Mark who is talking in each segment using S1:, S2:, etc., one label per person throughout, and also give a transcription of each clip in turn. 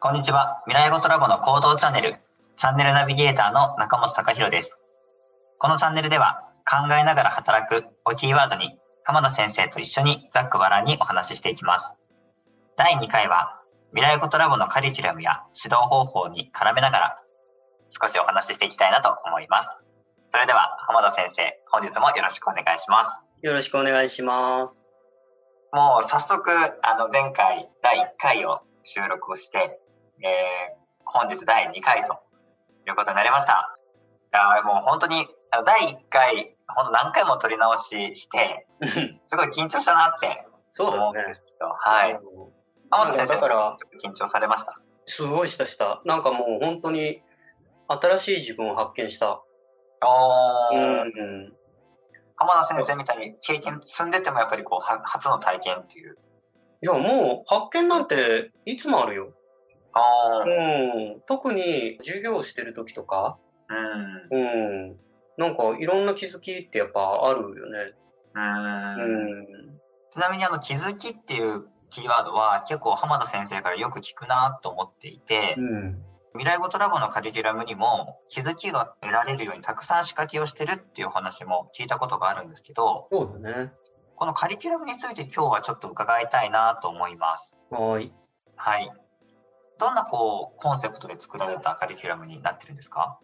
S1: こんにちは。未来語トラボの行動チャンネル、チャンネルナビゲーターの中本隆弘です。このチャンネルでは、考えながら働くをキーワードに、浜田先生と一緒にざっくばらんにお話ししていきます。第2回は、未来語トラボのカリキュラムや指導方法に絡めながら、少しお話ししていきたいなと思います。それでは、浜田先生、本日もよろしくお願いします。
S2: よろしくお願いします。
S1: もう早速、あの、前回第1回を収録をして、えー、本日第2回ということになりました。いやもう本当に第1回、ほんと何回も撮り直しして、すごい緊張したなって
S2: 思うんですけ
S1: ど、ね、はい。天野先生、から緊張されました
S2: すごいしたした。なんかもう本当に新しい自分を発見した。
S1: おー。うん、浜田先生みたいに経験積んでてもやっぱりこう初の体験っていう。
S2: いやもう発見なんていつもあるよ。
S1: あ
S2: うん、特に授業してる時とか、
S1: うん、
S2: うん、なんかいろんな気づきってやっぱあるよね。
S1: うん、ちなみにあの気づきっていうキーワードは結構浜田先生からよく聞くなと思っていて、
S2: うん、
S1: 未来語トラボのカリキュラムにも気づきが得られるようにたくさん仕掛けをしてるっていう話も聞いたことがあるんですけど
S2: そうだね
S1: このカリキュラムについて今日はちょっと伺いたいなと思います。
S2: はい、
S1: はいどんなこうコンセプトで作られたカリキュラムになってるんですか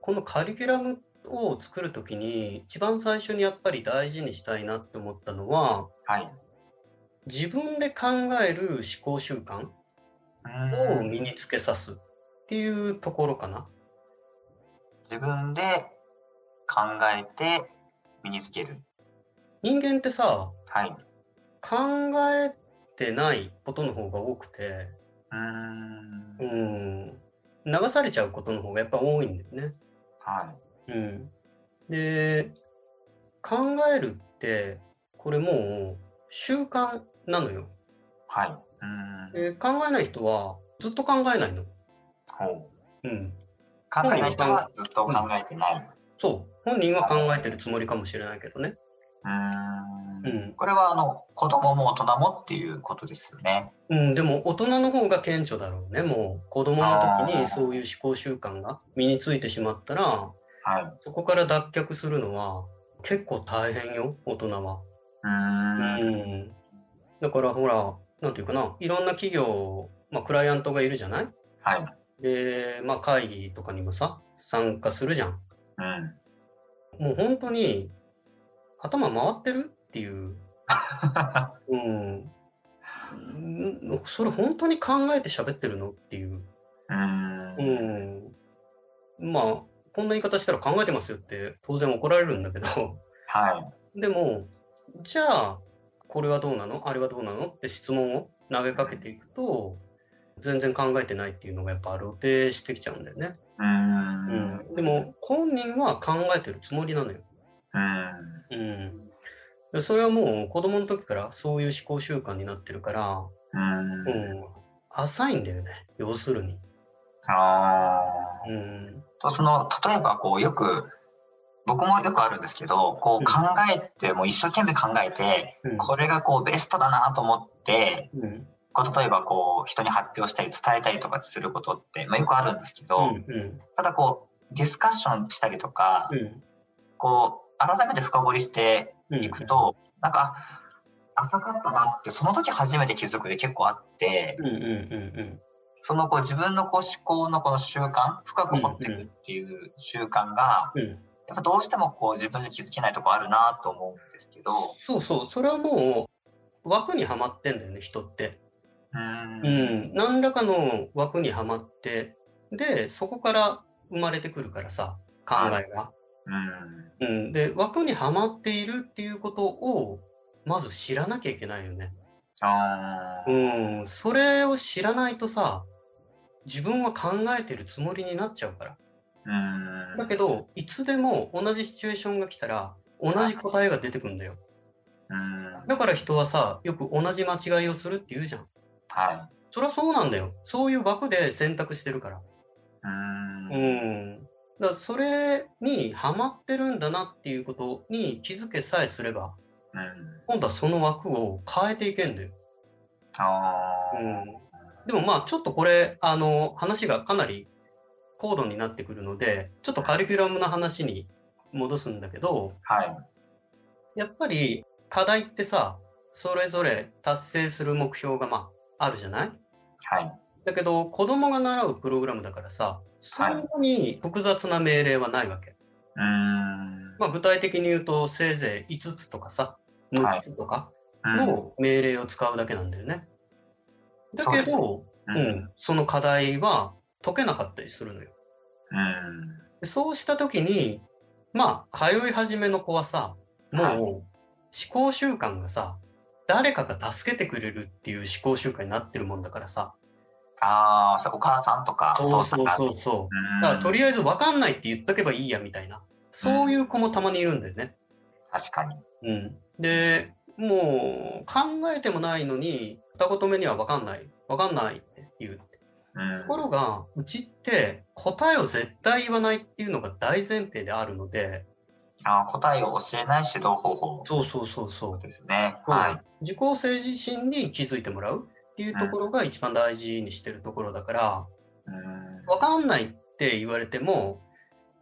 S2: このカリキュラムを作る時に一番最初にやっぱり大事にしたいなって思ったのは、
S1: はい、
S2: 自分で考える思考習慣を身につけさすっていうところかな。
S1: 自分で考えて身につける。
S2: 人間ってさ、
S1: はい、
S2: 考えてないことの方が多くて。うん、流されちゃうことの方がやっぱ多いんだよね。。
S1: はい
S2: うん。で、考えるって、これもう習慣なのよ。
S1: はい。
S2: うん。考えない人はずっと考えないの。
S1: ほ
S2: う。うん。
S1: 考えない人はずっと考えてない。うん、
S2: そう。本人は考えてるつもりかもしれないけどね。
S1: うん、これはあの子供も大人もっていうことですよね。、
S2: うん、でも大人の方が顕著だろうね。もう子供の時にそういう思考習慣が身についてしまったら、はいそこから脱却するのは結構大変よ、大人は。
S1: うん,
S2: うんだからほら、何て言うかな、いろんな企業、まあ、クライアントがいるじゃない、
S1: はい、
S2: で、まあ、会議とかにもさ、参加するじゃん。、
S1: うん
S2: もう本当に頭回ってるっていう。うん。それ本当に考えて喋ってるのっていう。
S1: うん。
S2: まあ、こんな言い方したら考えてますよって当然怒られるんだけど。。
S1: はい
S2: でも、じゃあ、これはどうなのあれはどうなのって質問を投げかけていくと、全然考えてないっていうのがやっぱ露呈してきちゃうんだよね。
S1: うん,
S2: うん。でも、本人は考えてるつもりなのよ。、
S1: うん
S2: うん、それはもう子供の時からそういう思考習慣になってるから、、
S1: うん、うん
S2: 浅いんだよね要するに。
S1: あ
S2: うん、
S1: とその例えばこうよく僕もよくあるんですけどこう考えて、うん、もう一生懸命考えて、うん、これがこうベストだなと思って、
S2: うん、
S1: こう例えばこう人に発表したり伝えたりとかすることって、まあ、よくあるんですけど、
S2: うんうん、
S1: ただこうディスカッションしたりとか、こう改めて深掘りしていくと、うん、なんか浅かったなってその時初めて気づくで結構あって、そのこう自分のこう思考のこの習慣深く掘っていくっていう習慣が、
S2: うんうん、や
S1: っぱどうしてもこう自分で気づけないとこあるなと思うんですけど
S2: そうそうそれはもう枠にはまってんだよね人って。
S1: うん,
S2: うん、何らかの枠にはまってでそこから生まれてくるからさ考えが。、
S1: うん、うん
S2: で枠にはまっているっていうことをまず知らなきゃいけないよね。
S1: あ。
S2: うん、それを知らないとさ自分は考えてるつもりになっちゃうからうん、だけどいつでも同じシチュエーションが来たら同じ答えが出てくんだよ。
S1: うん、
S2: だから人はさよく同じ間違いをするって言うじゃん。
S1: はい、
S2: そりゃそうなんだよそういう枠で選択してるから。
S1: うん
S2: だからそれにハマってるんだなっていうことに気づけさえすれば、
S1: うん。
S2: 今度はその枠を変えていけんだよ。
S1: あ
S2: う
S1: ー
S2: ん、でもまあちょっとこれあの話がかなり高度になってくるのでちょっとカリキュラムの話に戻すんだけど
S1: はい。
S2: やっぱり課題ってさそれぞれ達成する目標がまああるじゃない
S1: はい。
S2: だけど子供が習うプログラムだからさそんなに複雑な命令はないわけ。
S1: うーん。
S2: まあ、具体的に言うとせいぜい5つとかさ6つとか
S1: うん
S2: の命令を使うだけなんだよね。だ
S1: そう
S2: け
S1: です
S2: ど、
S1: う。
S2: うんん、その課題は解けなかったりするのよ。
S1: うん。
S2: でそうした時にまあ通い始めの子はさもう
S1: はい
S2: 思考習慣がさ誰かが助けてくれるっていう思考習慣になってるもんだからさ
S1: ああ、そうお母さんとか、お父
S2: そう
S1: さ
S2: そ
S1: ん
S2: う
S1: が。
S2: そうそううんだからとりあえず分かんないって言っとけばいいやみたいなそういう子もたまにいるんだよね。
S1: 確かに。
S2: うん、でもう考えてもないのに二言目には分かんない分かんないって言う
S1: うん
S2: ところがうちって答えを絶対言わないっていうのが大前提であるので
S1: あー答えを教えない指導方法
S2: そうそうそうそう
S1: ですね。
S2: は
S1: はいい。、
S2: 自己性自身に気づいてもらうっていうところが一番大事にしてるところだから、
S1: うん
S2: わかんないって言われても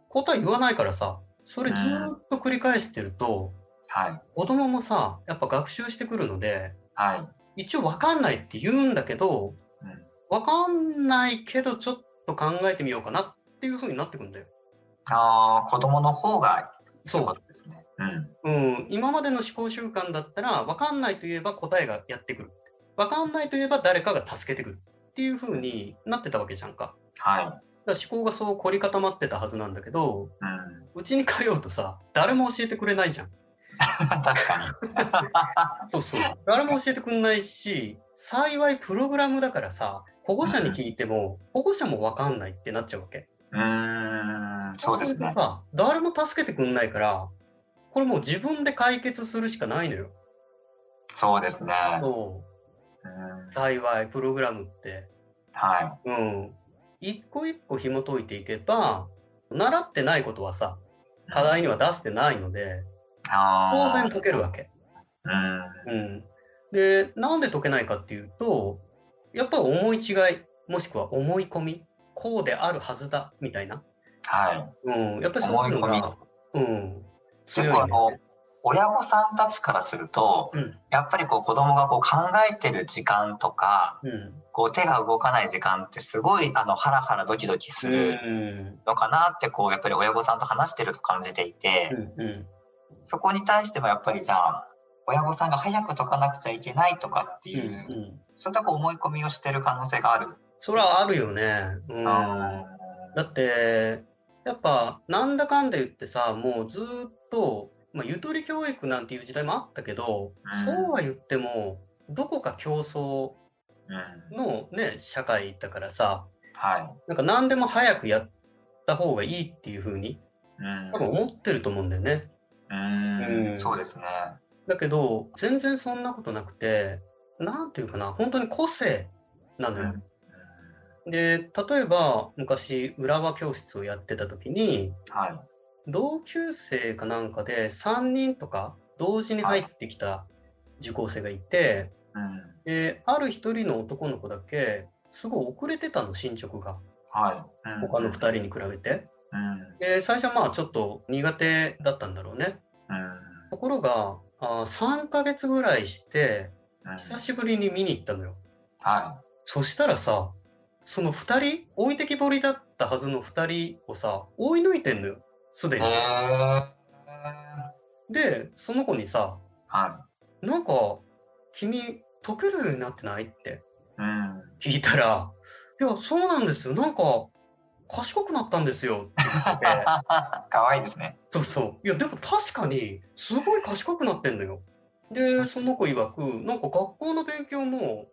S2: 答え言わないからさそれずーっと繰り返してると、
S1: はい。
S2: 子供もさやっぱ学習してくるので
S1: はい。
S2: 一応わかんないって言うんだけど
S1: うん
S2: わかんないけどちょっと考えてみようかなっていう風になってくんだよ。
S1: ああ、子供の方がって
S2: そ
S1: ことですね。うん。
S2: う、うん、今までの思考習慣だったらわかんないといえば答えがやってくるわかんないといえば誰かが助けてくるっていう風になってたわけじゃんか。
S1: はい。
S2: だから思考がそう凝り固まってたはずなんだけど
S1: うん。
S2: うちに通うとさ誰も教えてくれないじゃん。
S1: 確かに。
S2: そうそう誰も教えてくれないし幸いプログラムだからさ保護者に聞いても保護者もわかんないってなっちゃうわけ。
S1: うーん。そうです
S2: る
S1: ね
S2: と。さ誰も助けてくれないからこれもう自分で解決するしかないのよ。
S1: そうですね。
S2: そう
S1: うん
S2: 幸いプログラムって。
S1: はい。
S2: うん。一個一個紐解いていけば習ってないことはさ課題には出してないので当
S1: あ
S2: 然
S1: あ。
S2: 解けるわけ。
S1: うん。
S2: うん、でなんで解けないかっていうとやっぱり思い違いもしくは思い込みこうであるはずだみたいな、
S1: はい。
S2: うん、やっぱりそういうのが、うん、
S1: 結
S2: 強い
S1: 構
S2: ね
S1: あの、親御さんたちからすると、
S2: うん
S1: やっぱりこう子供がこう考えてる時間とか、
S2: うん
S1: こう手が動かない時間ってすごいあのハラハラドキドキする
S2: うん
S1: のかなってこうやっぱり親御さんと話してると感じていて、
S2: うんうん
S1: そこに対してはやっぱりじゃあ親御さんが早く解かなくちゃいけないとかって
S2: う
S1: い
S2: ん
S1: う、
S2: うん
S1: そういったこう思い込みをしてる可能性がある。
S2: それはあるよね、うん、
S1: あ
S2: だってやっぱなんだかんだ言ってさもうずーっと、まあ、ゆとり教育なんていう時代もあったけど、
S1: うん
S2: そうは言ってもどこか競争
S1: ーうん
S2: のね社会だからさ
S1: はい。
S2: なんか何でも早くやった方がいいっていう風に
S1: うん
S2: 多分思ってると思うんだよね。
S1: うん
S2: うん
S1: そうですね。
S2: だけど全然そんなことなくて何て言うかな本当に個性なのよ。
S1: うん
S2: で例えば昔浦和教室をやってた時に
S1: はい。
S2: 同級生かなんかで3人とか同時に入ってきた受講生がいて
S1: うん
S2: である一人の男の子だけすごい遅れてたの進捗が
S1: はい。うん
S2: 他の2人に比べて。
S1: うん
S2: で最初はまあちょっと苦手だったんだろうね。
S1: うん
S2: ところがあー3ヶ月ぐらいして
S1: うん
S2: 久しぶりに見に行ったのよ。
S1: は
S2: そしたらさその2人置いてきぼりだったはずの2人をさ追い抜いてんのよすで
S1: い。
S2: に。
S1: え
S2: でその子にさ
S1: は
S2: 「なんか君解けるようになってない?」って
S1: い。うん。
S2: 聞いたら「いやそうなんですよなんか賢くなったんですよ」って言っ てて
S1: 可愛いですね。
S2: そうそういやでも確かにすごい賢くなってんのよ。でその子曰くなんか学校の勉強も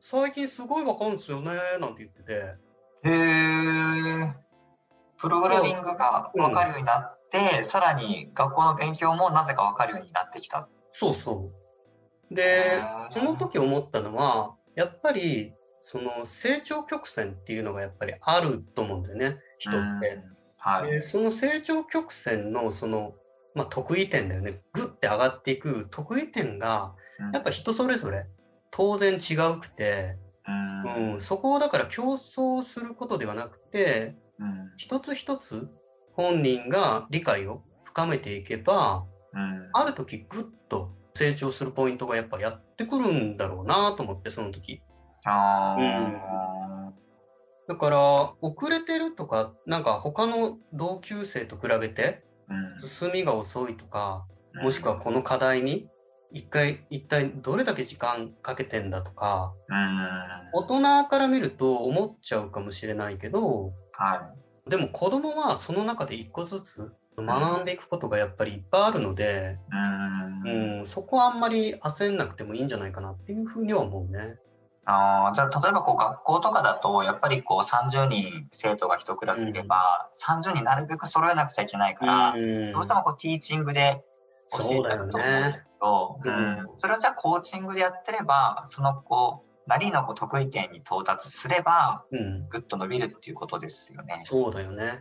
S2: 最近すごいわかるんですよねなんて言ってて
S1: へえ。プログラミングが分かるようになって、さらに学校の勉強もなぜか分かるようになってきた。
S2: そうそう。で
S1: あー
S2: その時思ったのはやっぱりその成長曲線っていうのがやっぱりあると思うんだよね人って。
S1: はい。
S2: でその成長曲線のその、まあ、得意点だよねグッて上がっていく得意点が
S1: うん
S2: やっぱ人それぞれ当然違うくて、
S1: うん
S2: うん、そこをだから競争することではなくて
S1: うん
S2: 一つ一つ本人が理解を深めていけば
S1: うん
S2: ある時グッと成長するポイントがやっぱやってくるんだろうなと思ってその時
S1: あー
S2: だから遅れてるとかなんか他の同級生と比べて
S1: うん
S2: 進みが遅いとか
S1: うん
S2: もしくはこの課題に一回一体どれだけ時間かけてんだとか
S1: うん
S2: 大人から見ると思っちゃうかもしれないけど
S1: は
S2: でも子供はその中で一個ずつ学んでいくことがやっぱりいっぱいあるので、
S1: いうん
S2: うん、そこはあんまり焦んなくてもいいんじゃないかなっていうふうには思うね。
S1: あーじゃあ例えばこう学校とかだとやっぱりこう30人生徒が1クラスいれば、30人なるべく揃えなくちゃいけないから、
S2: ん
S1: どうしてもこうティーチングで教え
S2: そう
S1: ちゃ
S2: だ
S1: う
S2: よ
S1: と思うん
S2: ね
S1: で。すけど、
S2: そうだよね
S1: うんそれをじゃあコーチングでやってればそのこうなりのこう得意点に到達すれば
S2: うん、
S1: ぐっと伸びるっていうことですよね。
S2: そうだよね。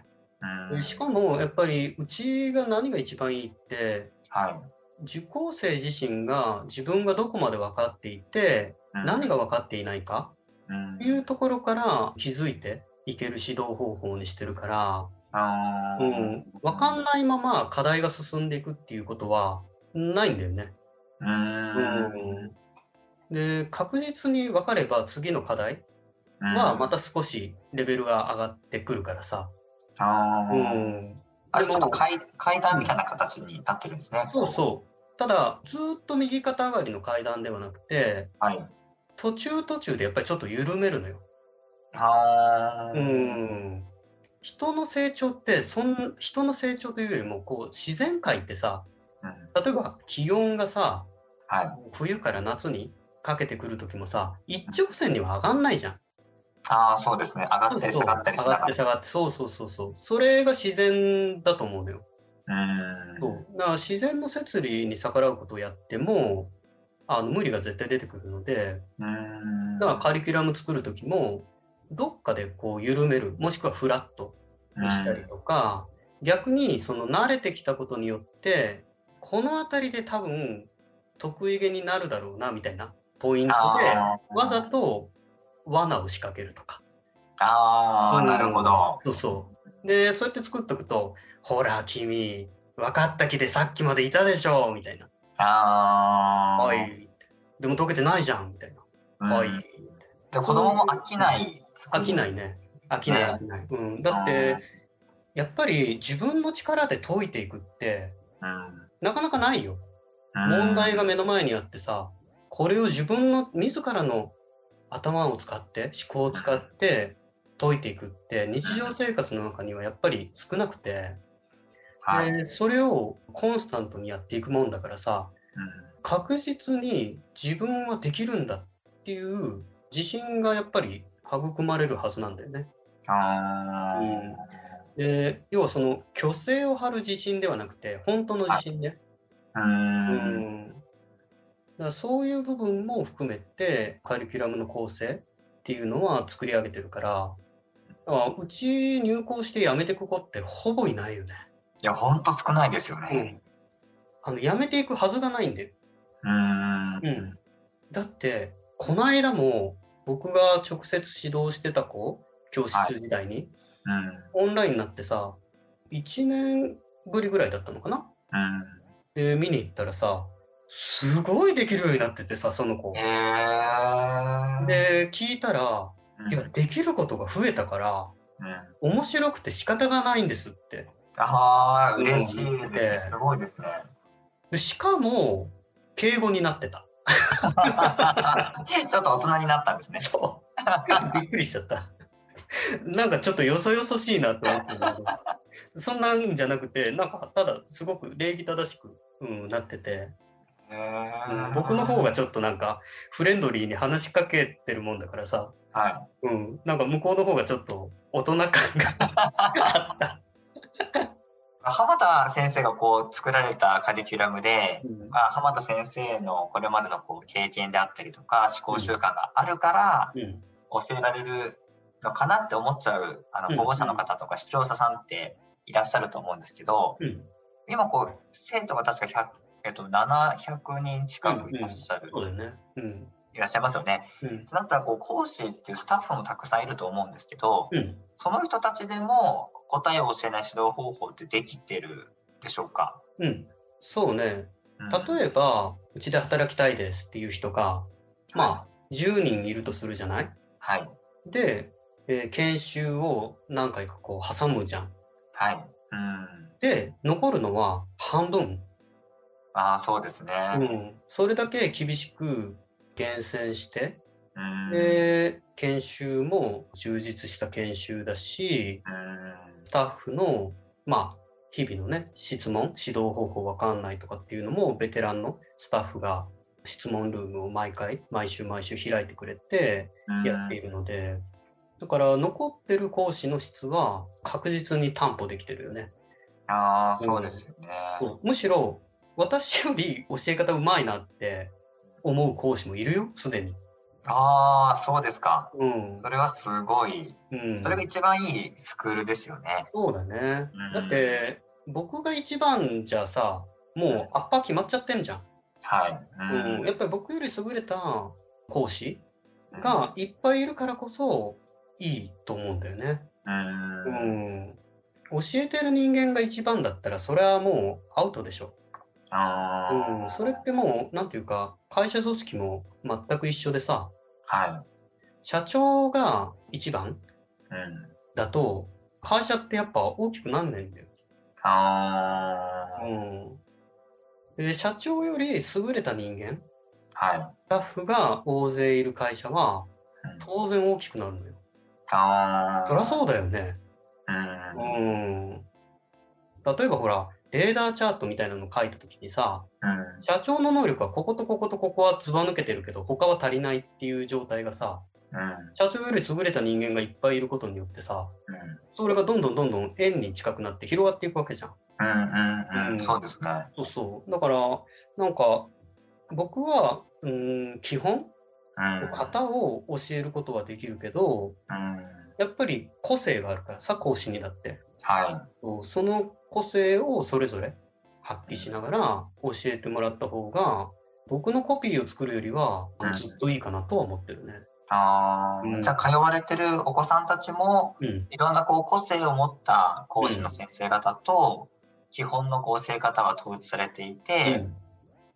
S1: うん
S2: でしかもやっぱりうちが何が一番いいって
S1: はい
S2: 受講生自身が自分がどこまで分かっていて
S1: うん
S2: 何が分かっていないか
S1: うん
S2: っていうところから気づいていける指導方法にしてるから
S1: あー
S2: うん、分かんないまま課題が進んでいくっていうことはないんだよね。
S1: うーん
S2: で確実に分かれば次の課題
S1: うん
S2: はまた少しレベルが上がってくるからさ。
S1: あー
S2: うん、
S1: あれ
S2: で
S1: ち
S2: も
S1: ょっと階階段みたいな形になってるんですね。
S2: そうそうただずーっと右肩上がりの階段ではなくて
S1: はい。
S2: 途中途中でやっぱりちょっと緩めるのよ。
S1: あー
S2: うん人の成長ってそん人の成長というよりもこう自然界ってさ
S1: うん
S2: 例えば気温がさ
S1: はい。
S2: 冬から夏にかけてくる時もさ一直線には上がんないじゃん。
S1: ああ、そうですね。上が
S2: そう
S1: った
S2: そ
S1: り
S2: う
S1: 下がったりし
S2: 上
S1: な
S2: が
S1: が
S2: って下がってそうそうそうそうそれが自然だと思うのよ。
S1: ら。うーん。
S2: そうだから自然の摂理に逆らうことをやってもあの無理が絶対出てくるので
S1: うーん。
S2: だからカリキュラム作る時もどっかでこう緩めるもしくはフラットにしたりとか、逆にその慣れてきたことによってこの辺りで多分得意げになるだろうなみたいなポイン
S1: うん
S2: トで
S1: あー
S2: わざと罠を仕掛けるとか。
S1: あー、なるほど。
S2: そうそう。でそうやって作っとくと「ほら君分かった気でさっきまでいたでしょ」みたいな「
S1: ああ。
S2: は。い」でも解けてないじゃんみたいな「
S1: うん、
S2: は
S1: はいい。」じゃあ子供も飽きない。
S2: 飽きないね飽きない飽きない、うん、だってやっぱり自分の力で解いていくって
S1: うん。
S2: なかなかないよ
S1: うん。
S2: 問題が目の前にあってさこれを自分の自らの頭を使って思考を使って解いていくって日常生活の中にはやっぱり少なくて、
S1: はい。
S2: でそれをコンスタントにやっていくもんだからさ確実に自分はできるんだっていう自信がやっぱり育まれるはずなんだよね。
S1: うん。あ
S2: うんで要はその虚勢を張る自信ではなくて本当の自信ね。
S1: あ。う。
S2: うんん、だからそういう部分も含めてカリキュラムの構成っていうのは作り上げてるからだからうち入校して辞めてく子ってほぼいないよね。
S1: いや、ほんと少ないですよね。
S2: あの辞めていくはずがないんだよ。
S1: うーん。
S2: うんだってこの間も僕が直接指導してた子教室時代
S1: う
S2: に、
S1: ん。
S2: オンラインになってさ1年ぶりぐらいだったのかな
S1: うん。
S2: で見に行ったらさすごいできるようになっててさその子
S1: へえ。
S2: で聞いたら
S1: うん、
S2: いやできることが増えたから
S1: うん。
S2: 面白くて仕方がないんですって
S1: ああ、
S2: うん
S1: 嬉しいですね
S2: え。え
S1: すごいですね。
S2: でしかも敬語になってた
S1: ちょっと大人になったんですね。
S2: そう びっくりしちゃったなんかちょっとよそよそしいなと思ってたけどそんなんじゃなくてなんかただすごく礼儀正しく、うん、なってて、
S1: へ
S2: うん
S1: ー
S2: 僕の方がちょっとなんかフレンドリーに話しかけてるもんだからさ、
S1: はい。
S2: うん、なんか向こうの方がちょっと大人感があった、
S1: 浜田先生がこう作られたカリキュラムで、
S2: うん
S1: まあ、浜田先生のこれまでのこう経験であったりとか思考習慣があるから
S2: うん
S1: 教えられるのかなって思っちゃうあ
S2: う
S1: の
S2: ん
S1: 保護者の方とか視聴者さんっていらっしゃると思うんですけど、
S2: うん
S1: 今こう、生徒が確か100、えっと、700人近くいらっしゃる、
S2: そうだよね。うん。
S1: いらっしゃいますよね。
S2: うん。
S1: だったらこう、講師っていうスタッフもたくさんいると思うんですけど、
S2: うん。
S1: その人たちでも答えを教えない指導方法ってできてるでしょうか、
S2: うん。そうね。
S1: うん
S2: 例えば、うちで働きたいですっていう人が、まあ、10人いるとするじゃない
S1: はい。
S2: で、えー研修を何回かこう挟むじゃん。
S1: はい。うん。
S2: で、残るのは半分。
S1: ああ、そうですね。
S2: うん。それだけ厳しく厳選して、
S1: うん。
S2: で、研修も充実した研修だし、
S1: うん
S2: スタッフの、まあ、日々のね、質問、指導方法わかんないとかっていうのも、ベテランのスタッフが質問ルームを毎回、毎週毎週開いてくれてやっているので、だから残ってる講師の質は確実に担保できてるよね。
S1: ああ、そうですよね。
S2: そうむしろ、私より教え方うまいなって思う講師もいるよ、すでに。
S1: ああ、そうですか。
S2: うん。
S1: それはすごい。
S2: うん、
S1: それが一番いいスクールですよね。
S2: そうだね
S1: うん。
S2: だって、僕が一番じゃさ、もうアッパー決まっちゃってんじゃん。
S1: はい。
S2: うん、やっぱり僕より優れた講師がいっぱいいるからこそいいと思うんだよね。
S1: うん、
S2: う
S1: うん
S2: ん、教えてる人間が一番だったらそれはもうアウトでしょ。
S1: あー
S2: うん、それってもう何ていうか会社組織も全く一緒でさ
S1: は
S2: 社長が一番
S1: い。うん。
S2: だと会社ってやっぱ大きくなんないんだよ。
S1: あー
S2: うん、で社長より優れた人間
S1: はい。
S2: スタッフが大勢いる会社は
S1: うん
S2: 当然大きくなるのよ。
S1: あー
S2: そりゃそうだよね。
S1: うん。
S2: うん。例えばほら、レーダーチャートみたいなの書いたときにさ、
S1: うん。
S2: 社長の能力はこことこことここはずば抜けてるけど、他は足りないっていう状態がさ、
S1: うん。
S2: 社長より優れた人間がいっぱいいることによってさ、
S1: うん。
S2: それがどんどんどんどん円に近くなって広がっていくわけじゃん。
S1: うん。うん。う。
S2: うんん
S1: そうですね。
S2: そうそう。だから、なんか、僕は、うん、基本、
S1: うん。
S2: 型を教えることはできるけど、
S1: うん。
S2: やっぱり個性があるからさ、講師にだって。
S1: は
S2: そうその個性をそれぞれ発揮しながら教えてもらった方が僕のコピーを作るよりは
S1: うん
S2: ずっといいかなとは思ってる
S1: い。
S2: ね。
S1: あ
S2: う
S1: ー
S2: ん
S1: じゃあ、通われてるお子さんたちも、
S2: うん、
S1: いろんなこう個性を持った講師の先生方と、基本のこう教え方が統一されていて、
S2: うん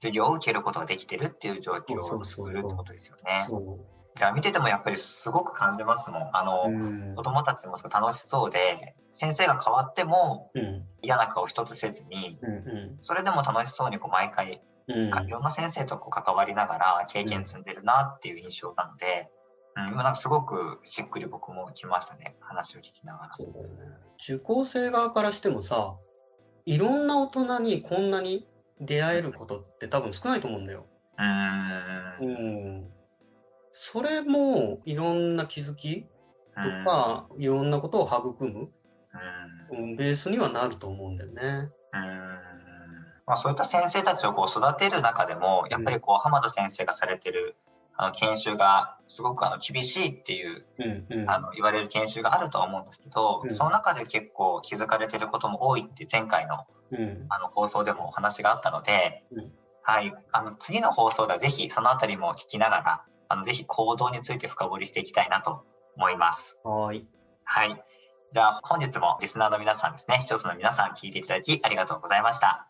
S1: 授業を受けることができてるっていう状況を
S2: そうそうそう
S1: 作るってことですよね。
S2: そ
S1: いや見ててもやっぱりすごく感じますもん。あの、
S2: う、うん
S1: 子供たちもすごい楽しそうで、先生が変わっても
S2: うん
S1: 嫌な顔一つせずに、
S2: うん
S1: それでも楽しそうにこう毎回、
S2: うん
S1: いろんな先生とこう関わりながら経験積んでるなっていう印象なので、うん、今なんかすごくしっくり僕も来ましたね。話を聞きながら。
S2: そうだよね受講生側からしてもさいろんな大人にこんなに出会えることって多分少ないと思うんだよ。
S1: うーん。
S2: うん、それもいろんな気づきとか、いろんなことを育む
S1: う
S2: うんベースにはなると思うんだよね。
S1: ん、うんまあ、そういった先生たちをこう育てる中でもやっぱりこう浜田先生がされてるあの研修がすごくあの厳しいっていう
S2: うんうん、
S1: あの言われる研修があるとは思うんですけど、
S2: うん
S1: その中で結構気づかれてることも多いって前回の
S2: うん、
S1: あの放送でもお話があったので、
S2: うん
S1: はい、あの次の放送ではぜひそのあたりも聞きながらあのぜひ行動について深掘りしていきたいなと思います。
S2: はーい。
S1: はい。じゃあ本日もリスナーの皆さんですね、視聴者の皆さん聞いていただきありがとうございました。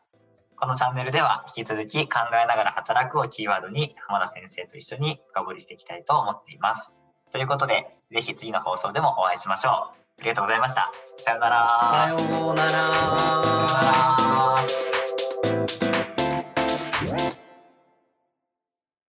S1: このチャンネルでは引き続き考えながら働くをキーワードに浜田先生と一緒に深掘りしていきたいと思っています。ということで、ぜひ次の放送でもお会いしましょう。ありがとうございました。さようなら。
S2: さようなら。
S1: さようなら。